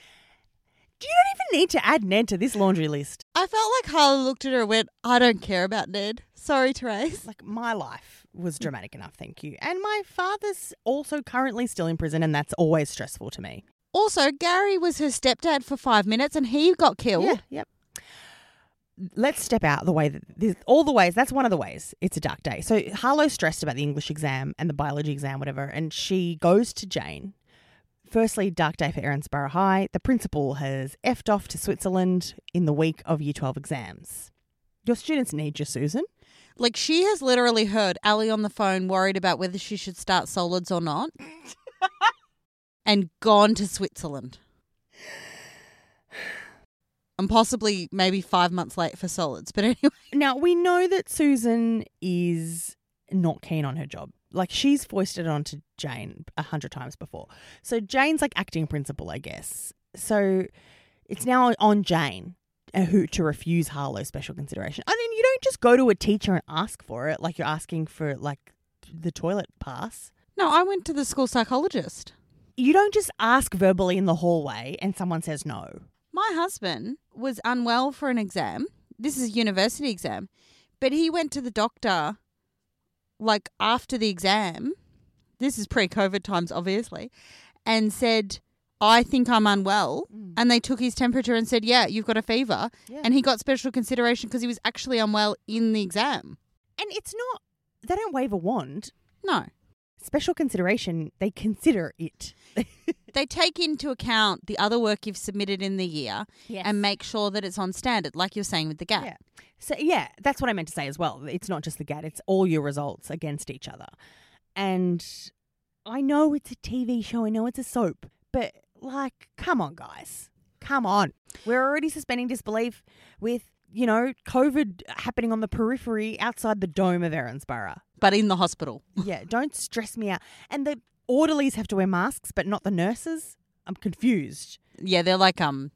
[SPEAKER 3] Do you don't even need to add Ned to this laundry list?
[SPEAKER 4] I felt like Harlow looked at her and went, I don't care about Ned. Sorry, Therese.
[SPEAKER 3] Like my life was dramatic enough, thank you. And my father's also currently still in prison and that's always stressful to me.
[SPEAKER 4] Also, Gary was her stepdad for five minutes and he got killed.
[SPEAKER 3] Yeah, yep. Let's step out the way that this, all the ways. That's one of the ways. It's a dark day. So Harlow's stressed about the English exam and the biology exam, whatever, and she goes to Jane. Firstly, dark day for Erinsborough High. The principal has effed off to Switzerland in the week of Year 12 exams. Your students need you, Susan.
[SPEAKER 4] Like, she has literally heard Ali on the phone worried about whether she should start solids or not and gone to Switzerland. And possibly maybe five months late for solids. But anyway.
[SPEAKER 3] Now, we know that Susan is not keen on her job. Like, she's foisted it onto Jane a hundred times before. So, Jane's like acting principal, I guess. So, it's now on Jane uh, who to refuse Harlow special consideration. I mean, you don't just go to a teacher and ask for it like you're asking for, like, the toilet pass.
[SPEAKER 4] No, I went to the school psychologist.
[SPEAKER 3] You don't just ask verbally in the hallway and someone says no.
[SPEAKER 4] My husband was unwell for an exam. This is a university exam, but he went to the doctor like after the exam. This is pre COVID times, obviously, and said, I think I'm unwell.
[SPEAKER 3] Mm.
[SPEAKER 4] And they took his temperature and said, Yeah, you've got a fever. And he got special consideration because he was actually unwell in the exam.
[SPEAKER 3] And it's not, they don't wave a wand.
[SPEAKER 4] No.
[SPEAKER 3] Special consideration, they consider it.
[SPEAKER 4] They take into account the other work you've submitted in the year
[SPEAKER 3] Yes.
[SPEAKER 4] and make sure that it's on standard, like you're saying with the gap.
[SPEAKER 3] Yeah. So yeah, that's what I meant to say as well. It's not just the GAT; it's all your results against each other. And I know it's a TV show. I know it's a soap, but like, come on, guys, come on. We're already suspending disbelief with you know COVID happening on the periphery outside the dome of Erinsborough.
[SPEAKER 4] But in the hospital.
[SPEAKER 3] yeah, don't stress me out. And the orderlies have to wear masks, but not the nurses. I'm confused.
[SPEAKER 4] yeah, they're like um,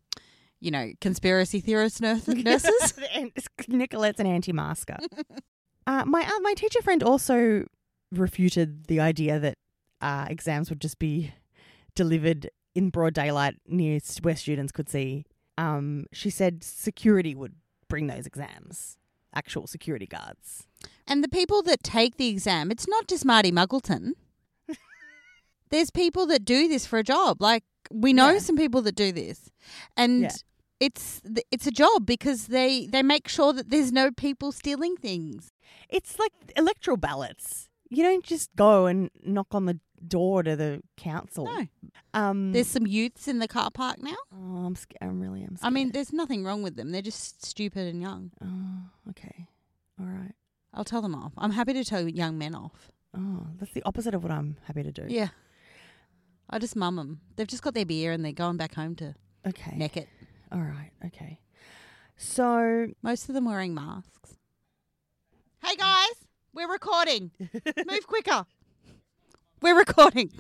[SPEAKER 4] you know, conspiracy theorist nurse- nurses.
[SPEAKER 3] And Nicolette's an anti-masker. uh, my uh, my teacher friend also refuted the idea that uh, exams would just be delivered in broad daylight near s- where students could see. Um, she said security would bring those exams, actual security guards.
[SPEAKER 4] And the people that take the exam, it's not just Marty Muggleton. There's people that do this for a job. Like we know
[SPEAKER 3] Yeah.
[SPEAKER 4] some people that do this, and
[SPEAKER 3] Yeah.
[SPEAKER 4] it's th- it's a job because they they make sure that there's no people stealing things.
[SPEAKER 3] It's like electoral ballots. You don't just go and knock on the door to the council.
[SPEAKER 4] No,
[SPEAKER 3] Um,
[SPEAKER 4] there's some youths in the car park now.
[SPEAKER 3] oh, I'm, sc- I'm really am.
[SPEAKER 4] I mean,
[SPEAKER 3] scared.
[SPEAKER 4] there's nothing wrong with them. They're just stupid and young.
[SPEAKER 3] oh, okay, all right.
[SPEAKER 4] I'll tell them off. I'm happy to tell young men off.
[SPEAKER 3] Oh, that's the opposite of what I'm happy to do.
[SPEAKER 4] Yeah. I just mum them. They've just got their beer and they're going back home to
[SPEAKER 3] Okay.
[SPEAKER 4] neck it.
[SPEAKER 3] All right. Okay. So
[SPEAKER 4] Most of them wearing masks. Hey guys, we're recording. Move quicker. We're recording.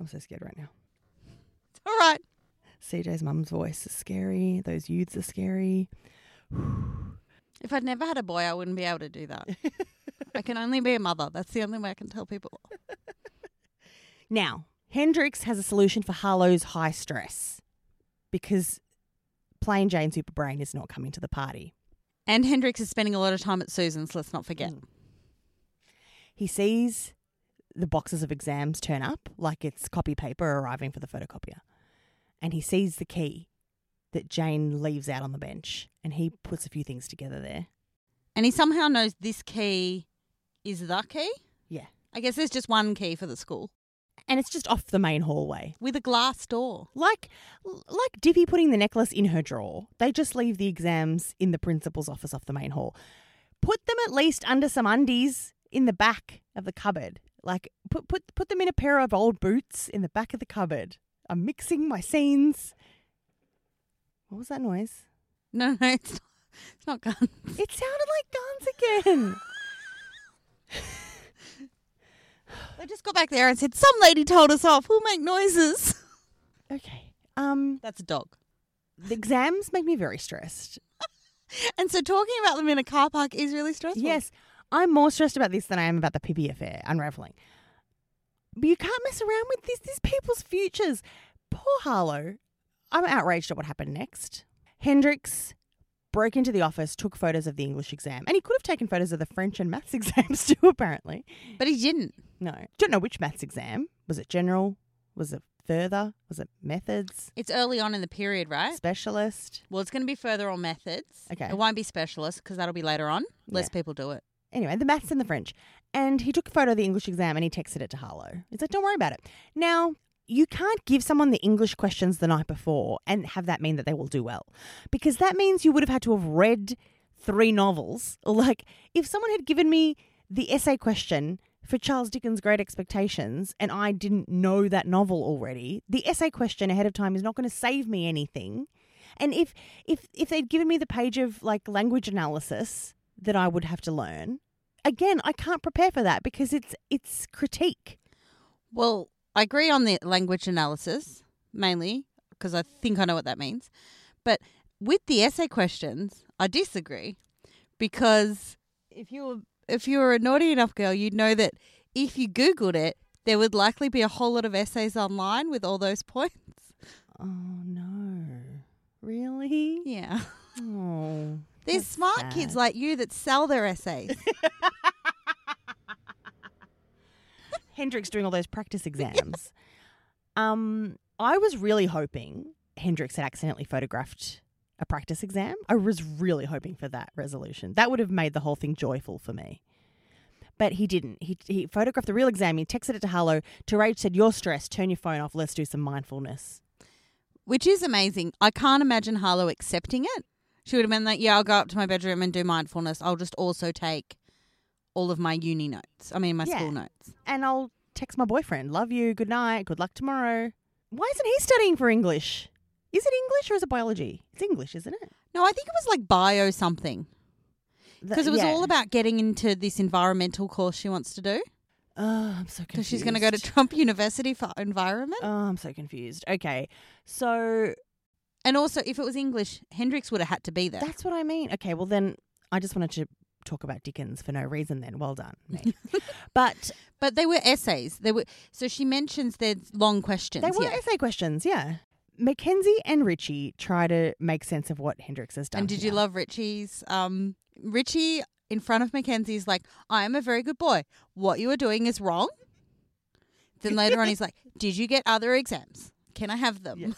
[SPEAKER 3] I'm so scared right now.
[SPEAKER 4] It's All right.
[SPEAKER 3] CJ's mum's voice is scary. Those youths are scary.
[SPEAKER 4] If I'd never had a boy, I wouldn't be able to do that. I can only be a mother. That's the only way I can tell people.
[SPEAKER 3] Now, Hendrix has a solution for Harlow's high stress because plain Jane Superbrain is not coming to the party.
[SPEAKER 4] And Hendrix is spending a lot of time at Susan's, let's not forget.
[SPEAKER 3] He sees the boxes of exams turn up like it's copy paper arriving for the photocopier. And he sees the key that Jane leaves out on the bench and he puts a few things together there.
[SPEAKER 4] And he somehow knows this key is the key.
[SPEAKER 3] Yeah.
[SPEAKER 4] I guess there's just one key for the school
[SPEAKER 3] and it's just off the main hallway.
[SPEAKER 4] with a glass door.
[SPEAKER 3] Like like Divvy putting the necklace in her drawer. They just leave the exams in the principal's office off the main hall. Put them at least under some undies in the back of the cupboard. Like put put put them in a pair of old boots in the back of the cupboard. I'm mixing my scenes. What was that noise?
[SPEAKER 4] No, no, it's not, it's not gun.
[SPEAKER 3] It sounded like guns again.
[SPEAKER 4] I just got back there and said, Some lady told us off. We'll make noises.
[SPEAKER 3] Okay. Um
[SPEAKER 4] That's a dog.
[SPEAKER 3] the exams make me very stressed.
[SPEAKER 4] And so talking about them in a car park is really stressful.
[SPEAKER 3] Yes, I'm more stressed about this than I am about the Pippi affair unraveling. But you can't mess around with this. These people's futures. Poor Harlow. I'm outraged at what happened next. Hendricks broke into the office, took photos of the English exam, and he could have taken photos of the French and maths exams too. Apparently,
[SPEAKER 4] But he didn't.
[SPEAKER 3] no. Don't know which maths exam. Was it general? Was it further? Was it methods?
[SPEAKER 4] It's early on in the period, right?
[SPEAKER 3] Specialist?
[SPEAKER 4] Well, it's going to be further on methods.
[SPEAKER 3] Okay.
[SPEAKER 4] It won't be specialist because that'll be later on. Less
[SPEAKER 3] Yeah.
[SPEAKER 4] people do it.
[SPEAKER 3] Anyway, the maths and the French. And he took a photo of the English exam and he texted it to Harlow. He said, Don't worry about it. Now, you can't give someone the English questions the night before and have that mean that they will do well. Because that means you would have had to have read three novels. Like, if someone had given me the essay question for Charles Dickens' Great Expectations and I didn't know that novel already, the essay question ahead of time is not going to save me anything. And if if if they'd given me the page of like language analysis that I would have to learn, again, I can't prepare for that because it's it's critique.
[SPEAKER 4] Well, I agree on the language analysis mainly because I think I know what that means. But with the essay questions, I disagree because if you were if you were a naughty enough girl, you'd know that if you googled it, there would likely be a whole lot of essays online with all those points.
[SPEAKER 3] Oh no. Really?
[SPEAKER 4] Yeah.
[SPEAKER 3] Oh.
[SPEAKER 4] There's smart kids
[SPEAKER 3] sad.
[SPEAKER 4] like you that sell their essays.
[SPEAKER 3] Hendrix doing all those practice exams. Um I was really hoping Hendrix had accidentally photographed a practice exam. I was really hoping for that resolution. That would have made the whole thing joyful for me. But he didn't. He, he photographed the real exam. He texted it to Harlow. Tourage said, You're stressed. Turn your phone off. Let's do some mindfulness.
[SPEAKER 4] which is amazing. I can't imagine Harlow accepting it. She would have been like, "Yeah, I'll go up to my bedroom and do mindfulness. I'll just also take all of my uni notes. I mean, my
[SPEAKER 3] Yeah.
[SPEAKER 4] school notes."
[SPEAKER 3] and I'll text my boyfriend. Love you. Good night. Good luck tomorrow. Why isn't he studying for English? Is it English or is it biology? It's English, isn't it?
[SPEAKER 4] No, I think it was like bio something
[SPEAKER 3] The-
[SPEAKER 4] because it was
[SPEAKER 3] yeah.
[SPEAKER 4] all about getting into this environmental course she wants to do.
[SPEAKER 3] Oh, I'm so confused.
[SPEAKER 4] Because she's going to go to Trump University for environment.
[SPEAKER 3] Oh, I'm so confused. Okay. So
[SPEAKER 4] And also, if it was English, Hendrix would have had to be there.
[SPEAKER 3] That's what I mean. Okay, well then I just wanted to talk about Dickens for no reason then. Well done. me. but
[SPEAKER 4] But they were essays. They were so she mentions their long questions.
[SPEAKER 3] they were
[SPEAKER 4] yeah.
[SPEAKER 3] essay questions, yeah. Mackenzie and Richie try to make sense of what Hendrix has done.
[SPEAKER 4] And did you
[SPEAKER 3] here.
[SPEAKER 4] love Richie's? Um, Richie in front of Mackenzie is like, "I am a very good boy. What you are doing is wrong." Then later on, he's like, "Did you get other exams? Can I have them?"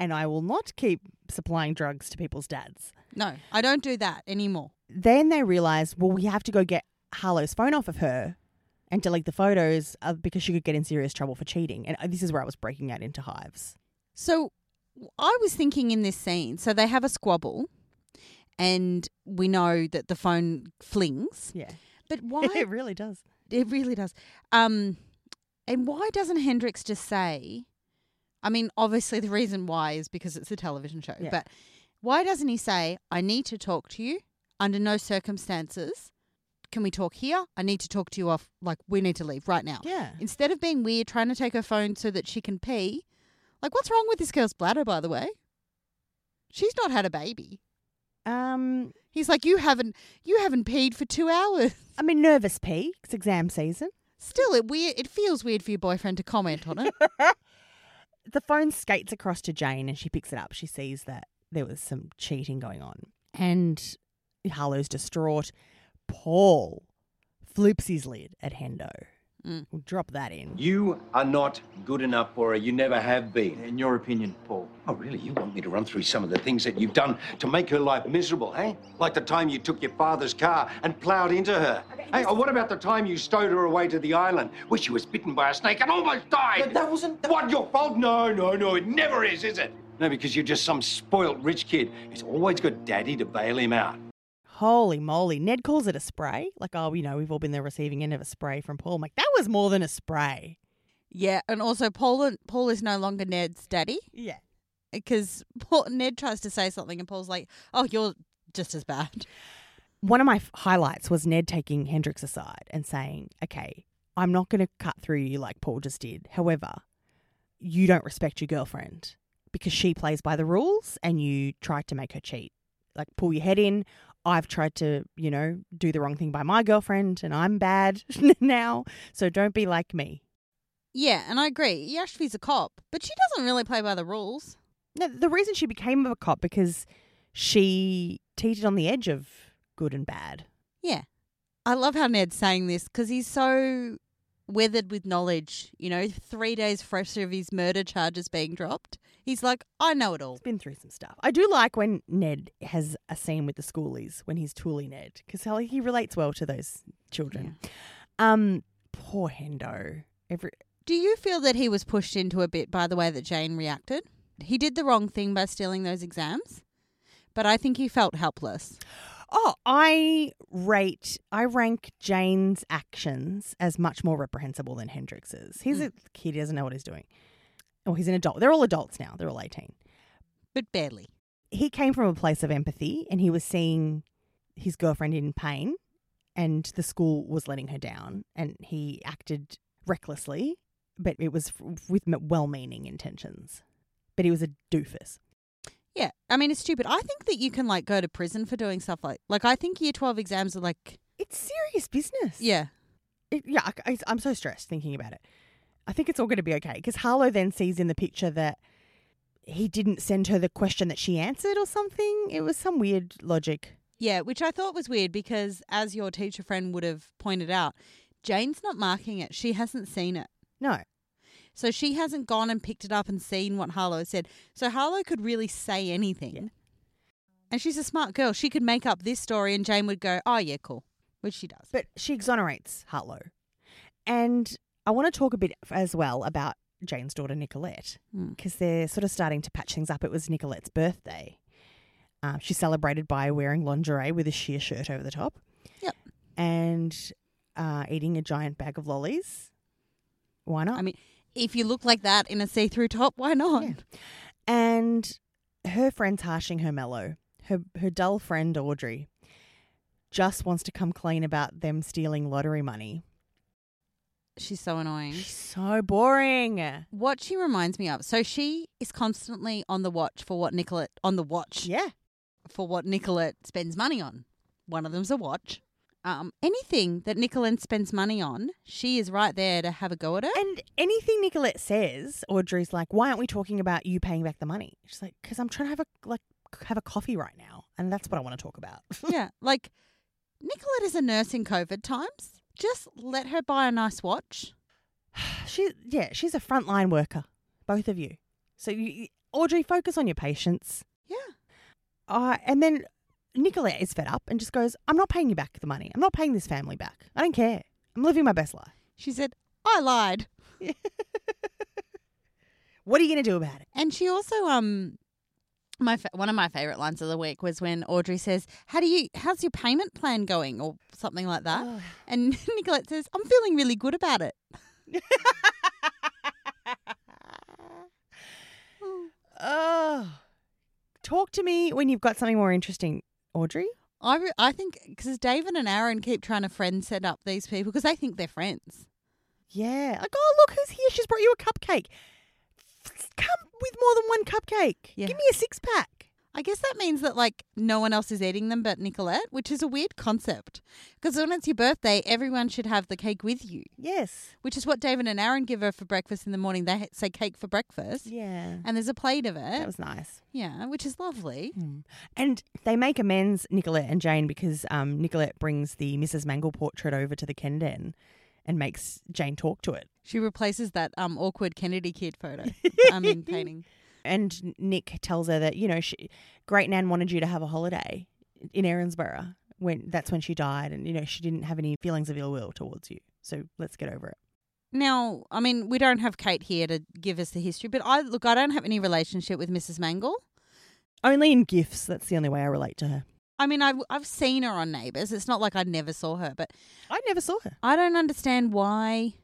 [SPEAKER 3] And I will not keep supplying drugs to people's dads.
[SPEAKER 4] no, I don't do that anymore.
[SPEAKER 3] Then they realize, well, we have to go get Harlow's phone off of her and delete the photos uh, because she could get in serious trouble for cheating. And uh, this is where I was breaking out into hives.
[SPEAKER 4] So I was thinking in this scene. So they have a squabble, and we know that the phone flings.
[SPEAKER 3] Yeah.
[SPEAKER 4] But why
[SPEAKER 3] it really does.
[SPEAKER 4] It really does. Um, and why doesn't Hendrix just say? I mean, obviously the reason why is because it's a television show.
[SPEAKER 3] Yeah.
[SPEAKER 4] But why doesn't he say, "I need to talk to you under no circumstances"? Can we talk here? I need to talk to you off. Like we need to leave right now.
[SPEAKER 3] Yeah.
[SPEAKER 4] Instead of being weird, trying to take her phone so that she can pee. Like, what's wrong with this girl's bladder, by the way? She's not had a baby.
[SPEAKER 3] Um,
[SPEAKER 4] He's like, you haven't, you haven't peed for two hours.
[SPEAKER 3] I mean, nervous pee. It's exam season.
[SPEAKER 4] Still, it weird. It feels weird for your boyfriend to comment on it.
[SPEAKER 3] the phone skates across to Jane and she picks it up. She sees that there was some cheating going on. And Harlow's distraught. Paul flips his lid at Hendo. We'll drop that in.
[SPEAKER 7] You are not good enough, or you never have been.
[SPEAKER 1] In your opinion, Paul.
[SPEAKER 7] Oh, really? You want me to run through some of the things that you've done to make her life miserable, eh? Like the time you took your father's car and plowed into her. hey, or what about the time you stowed her away to the island where she was bitten by a snake and almost died?
[SPEAKER 1] That- that wasn't- that-
[SPEAKER 7] What, your fault? No, no, no, it never is, is it? No, because you're just some spoilt rich kid who's always got daddy to bail him out.
[SPEAKER 3] Holy moly. Ned calls it a spray. Like, oh, you know, we've all been the receiving end of a spray from Paul. I'm like, that was more than a spray.
[SPEAKER 4] yeah, and also Paul Paul is no longer Ned's daddy
[SPEAKER 3] Yeah.
[SPEAKER 4] because Paul, Ned tries to say something and Paul's like, "Oh, you're just as bad."
[SPEAKER 3] One of my f- highlights was Ned taking Hendrix aside and saying, okay, I'm not going to cut through you like Paul just did. However, you don't respect your girlfriend because she plays by the rules and you tried to make her cheat. Like, pull your head in. I've tried to, you know, do the wrong thing by my girlfriend and I'm bad now. So don't be like me.
[SPEAKER 4] Yeah, and I agree. Yashvi's a cop, but she doesn't really play by the rules.
[SPEAKER 3] No, the reason she became a cop because she teetered on the edge of good and bad.
[SPEAKER 4] Yeah, I love how Ned's saying this because he's so weathered with knowledge. You know, three days fresh of his murder charges being dropped, he's like, "I know it all."
[SPEAKER 3] He's been through some stuff. I do like when Ned has a scene with the schoolies when he's tooling Ned because he relates well to those children. Um, poor Hendo. Every
[SPEAKER 4] Do you feel that he was pushed into a bit by the way that Jane reacted? He did the wrong thing by stealing those exams, but I think he felt helpless.
[SPEAKER 3] oh, I rate I rank Jane's actions as much more reprehensible than Hendrix's. He's a kid; he doesn't know what he's doing. Well, he's an adult. They're all adults now. They're all eighteen.
[SPEAKER 4] But barely.
[SPEAKER 3] he came from a place of empathy and he was seeing his girlfriend in pain and the school was letting her down and he acted recklessly but it was f- with m- well-meaning intentions but he was a doofus
[SPEAKER 4] Yeah, I mean it's stupid. I think that you can like go to prison for doing stuff like like I think year twelve exams are like
[SPEAKER 3] it's serious business
[SPEAKER 4] yeah
[SPEAKER 3] It- yeah I, I, i'm so stressed thinking about it i think it's all going to be okay because harlow then sees in the picture that he didn't send her the question that she answered or something it was some weird logic
[SPEAKER 4] yeah, which I thought was weird because as your teacher friend would have pointed out, Jane's not marking it. She hasn't seen it.
[SPEAKER 3] no
[SPEAKER 4] So she hasn't gone and picked it up and seen what Harlow said. So Harlow could really say anything.
[SPEAKER 3] Yeah.
[SPEAKER 4] And she's a smart girl. She could make up this story and Jane would go, oh, yeah, cool. Which she does.
[SPEAKER 3] But she exonerates Hartlow. And I want to talk a bit as well about Jane's daughter, Nicolette,
[SPEAKER 4] Hmm.
[SPEAKER 3] because they're sort of starting to patch things up. It was Nicolette's birthday. Uh, she celebrated by wearing lingerie with a sheer shirt over the top.
[SPEAKER 4] Yep.
[SPEAKER 3] And uh, eating a giant bag of lollies. Why not?
[SPEAKER 4] I mean, if you look like that in a see through top, why not?
[SPEAKER 3] Yeah. and her friend's harshing her mellow, her her dull friend Audrey. just wants to come clean about them stealing lottery money.
[SPEAKER 4] She's so annoying.
[SPEAKER 3] So boring.
[SPEAKER 4] What she reminds me of. So she is constantly on the watch for what Nicolette on the watch
[SPEAKER 3] Yeah.
[SPEAKER 4] for what Nicolette spends money on. One of them's a watch. Um, anything that Nicolette spends money on, she is right there to have a go at it.
[SPEAKER 3] And anything Nicolette says, Audrey's like, "Why aren't we talking about you paying back the money?" She's like, "Cause I'm trying to have a like have a coffee right now, and that's what I want to talk about."
[SPEAKER 4] yeah, like Nicolette is a nurse in COVID times. Just let her buy a nice watch.
[SPEAKER 3] she, yeah, she's a frontline worker, both of you. So, you, you- Audrey, focus on your patients.
[SPEAKER 4] Yeah.
[SPEAKER 3] Uh, and then Nicolette is fed up and just goes, "I'm not paying you back the money. I'm not paying this family back. I don't care. I'm living my best life.
[SPEAKER 4] She said, I lied.
[SPEAKER 3] What are you gonna do about it?"
[SPEAKER 4] And she also um my fa- one of my favorite lines of the week was when Audrey says, "How do you how's your payment plan going?" or something like that. And Nicolette says, "I'm feeling really good about it."
[SPEAKER 3] Oh, talk to me when you've got something more interesting, Audrey.
[SPEAKER 4] I re- I think cuz David and Aaron keep trying to friend set up these people because they think they're friends.
[SPEAKER 3] Yeah. Like, oh, look who's here. She's brought you a cupcake. F- Come with more than one cupcake.
[SPEAKER 4] Yeah.
[SPEAKER 3] Give me a six pack.
[SPEAKER 4] I guess that means that like no one else is eating them but Nicolette, which is a weird concept. Because when it's your birthday, everyone should have the cake with you,
[SPEAKER 3] Yes.
[SPEAKER 4] which is what David and Aaron give her for breakfast in the morning. They ha- say cake for breakfast,
[SPEAKER 3] Yeah.
[SPEAKER 4] and there's a plate of it.
[SPEAKER 3] That was Hmm. nice.
[SPEAKER 4] Yeah, which is lovely.
[SPEAKER 3] And they make amends, Nicolette and Jane, because um, Nicolette brings the Mrs. Mangle portrait over to the Ken den and makes Jane talk to it.
[SPEAKER 4] She replaces that um awkward Kennedy kid photo. I mean painting.
[SPEAKER 3] And Nick tells her that, you know, she, Great Nan wanted you to have a holiday in Erinsborough when that's when she died. And, you know, she didn't have any feelings of ill will towards you. So let's get over it.
[SPEAKER 4] Now, I mean, we don't have Kate here to give us the history, but I look, I don't have any relationship with Mrs. Mangle.
[SPEAKER 3] Only in gifts. That's the only way I relate to her.
[SPEAKER 4] I mean, I've I've seen her on Neighbours. It's not like I never saw her, but
[SPEAKER 3] I never saw her.
[SPEAKER 4] I don't understand why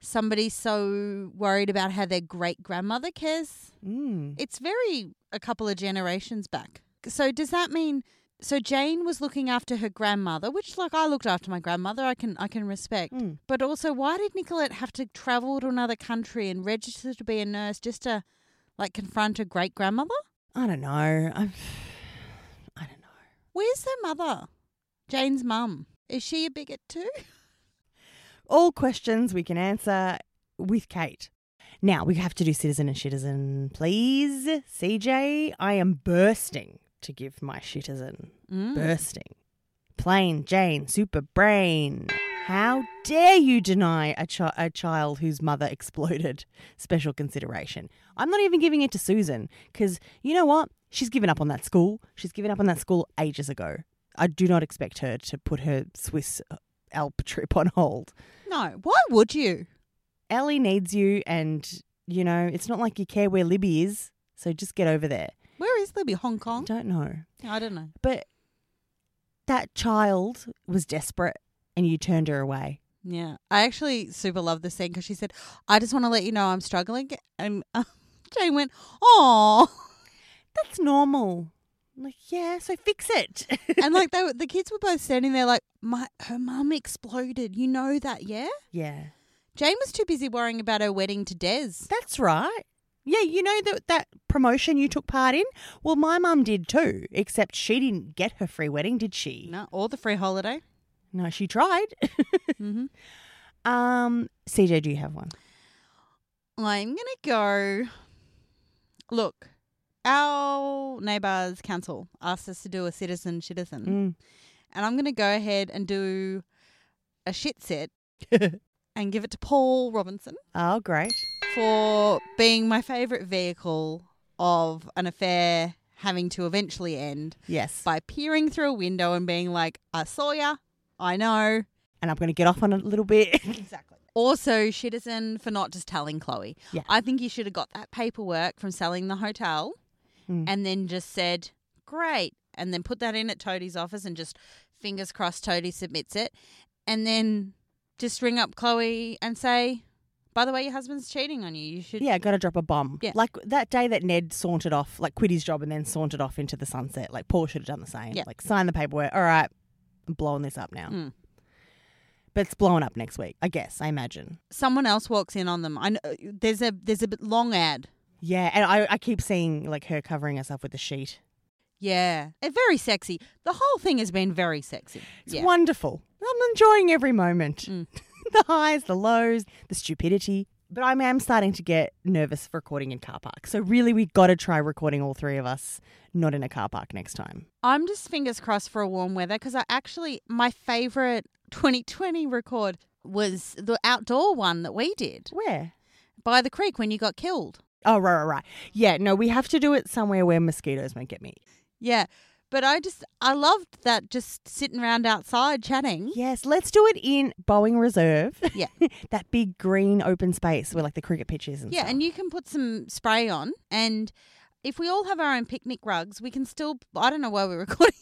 [SPEAKER 4] somebody's so worried about how their great grandmother cares.
[SPEAKER 3] Mm.
[SPEAKER 4] It's very a couple of generations back. So does that mean so Jane was looking after her grandmother, which like I looked after my grandmother, I can I can respect.
[SPEAKER 3] Mm.
[SPEAKER 4] But also why did Nicolette have to travel to another country and register to be a nurse just to like confront her great grandmother?
[SPEAKER 3] I don't know. I'm, I don't know.
[SPEAKER 4] Where's her mother? Jane's mum. Is she a bigot too?
[SPEAKER 3] All questions we can answer with Kate. Now we have to do citizen and citizen, please. CJ, I am bursting to give my citizen. Bursting. Plain Jane, super brain. How dare you deny a, chi- a child whose mother exploded special consideration? I'm not even giving it to Susan because you know what? She's given up on that school. She's given up on that school ages ago. I do not expect her to put her Swiss uh, Alp trip on hold.
[SPEAKER 4] No. Why would you?
[SPEAKER 3] Ellie needs you, and you know, it's not like you care where Libby is, so just get over there.
[SPEAKER 4] Where is Libby? Hong Kong?
[SPEAKER 3] Don't know.
[SPEAKER 4] I don't know.
[SPEAKER 3] But that child was desperate and you turned her away.
[SPEAKER 4] Yeah, I actually super love this scene because she said, "I just want to let you know I'm struggling," and uh, Jane went, "Oh,"
[SPEAKER 3] That's normal. I'm like, yeah, so fix it.
[SPEAKER 4] and like they were, the kids were both standing there like, "My her mum exploded, you know that, yeah."
[SPEAKER 3] yeah.
[SPEAKER 4] Jane was too busy worrying about her wedding to Des.
[SPEAKER 3] That's right. Yeah, you know that that promotion you took part in? Well, my mum did too, except she didn't get her free wedding, did she?
[SPEAKER 4] No, or the free holiday.
[SPEAKER 3] No, she tried.
[SPEAKER 4] Mhm.
[SPEAKER 3] Um, CJ, do you have one?
[SPEAKER 4] I'm gonna go. Look, our neighbours council asked us to do a citizen citizen.
[SPEAKER 3] Mm.
[SPEAKER 4] and I'm going to go ahead and do a shit set and give it to Paul Robinson
[SPEAKER 3] Oh, great.
[SPEAKER 4] for being my favourite vehicle of an affair having to eventually end
[SPEAKER 3] Yes.
[SPEAKER 4] by peering through a window and being like, I saw ya, I know.
[SPEAKER 3] And I'm going to get off on it a little bit.
[SPEAKER 4] Exactly. Also, citizen for not just telling Chloe.
[SPEAKER 3] Yeah.
[SPEAKER 4] I think you should have got that paperwork from selling the hotel and then just said, great. And then put that in at Toadie's office and just fingers crossed Toadie submits it. And then just ring up Chloe and say, by the way, your husband's cheating on you. You should.
[SPEAKER 3] Yeah, got to drop a bomb.
[SPEAKER 4] Yeah.
[SPEAKER 3] Like that day that Ned sauntered off, like quit his job and then sauntered off into the sunset. Like Paul should have done the same.
[SPEAKER 4] Yeah. Hmm.
[SPEAKER 3] Like sign the paperwork. All right, I'm blowing this up now. But it's blowing up next week, I guess, I imagine.
[SPEAKER 4] Someone else walks in on them. I know, there's a there's a bit long ad.
[SPEAKER 3] Yeah, and I, I keep seeing like her covering herself with a sheet.
[SPEAKER 4] Yeah, and very sexy. The whole thing has been very sexy.
[SPEAKER 3] It's
[SPEAKER 4] yeah. Hmm.
[SPEAKER 3] wonderful. I'm enjoying every moment. the highs, the lows, the stupidity. But I am starting to get nervous of recording in car parks. So really we gotta try recording all three of us not in a car park next time.
[SPEAKER 4] I'm just fingers crossed for a warm weather because I actually my favorite 2020 record was the outdoor one that we did
[SPEAKER 3] Where?
[SPEAKER 4] by the creek when you got killed.
[SPEAKER 3] Oh right, right, right. Yeah, no, we have to do it somewhere where mosquitoes won't get me.
[SPEAKER 4] Yeah, but I just I loved that just sitting around outside chatting.
[SPEAKER 3] Yes, let's do it in Boeing Reserve.
[SPEAKER 4] Yeah.
[SPEAKER 3] that big green open space where like the cricket pitches and
[SPEAKER 4] Yeah,
[SPEAKER 3] stuff.
[SPEAKER 4] and you can put some spray on, and if we all have our own picnic rugs, we can still. I don't know why we're recording.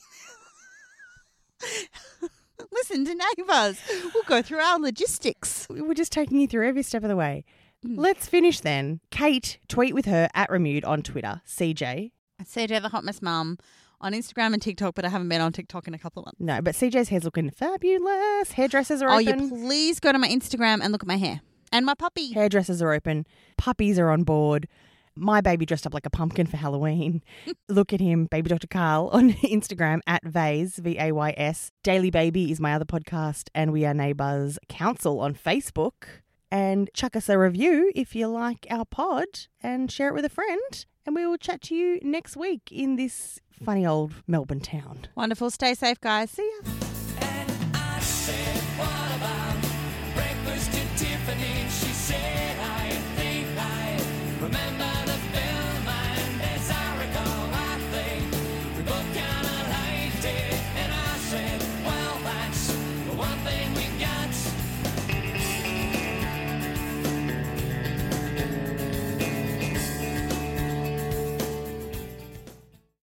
[SPEAKER 4] Listen to neighbours. We'll go through our logistics.
[SPEAKER 3] We We're just taking you through every step of the way.
[SPEAKER 4] Mm.
[SPEAKER 3] Let's finish then. Kate, tweet with her at Remude on Twitter. CJ.
[SPEAKER 4] CJ the Hot Mess Mum on Instagram and TikTok, but I haven't been on TikTok in a couple of months.
[SPEAKER 3] No, but CJ's hair's looking fabulous. Hairdressers are
[SPEAKER 4] Oh, you
[SPEAKER 3] open.
[SPEAKER 4] please go to my Instagram and look at my hair and my puppy.
[SPEAKER 3] Hairdressers are open. Puppies are on board. My baby dressed up like a pumpkin for Halloween. Look at him, baby Dr. Carl on Instagram at Vase, V A Y S. Daily Baby is my other podcast, and we are Neighbours Council on Facebook. And chuck us a review if you like our pod and share it with a friend. And we will chat to you next week in this funny old Melbourne town.
[SPEAKER 4] Wonderful. Stay safe, guys. See ya.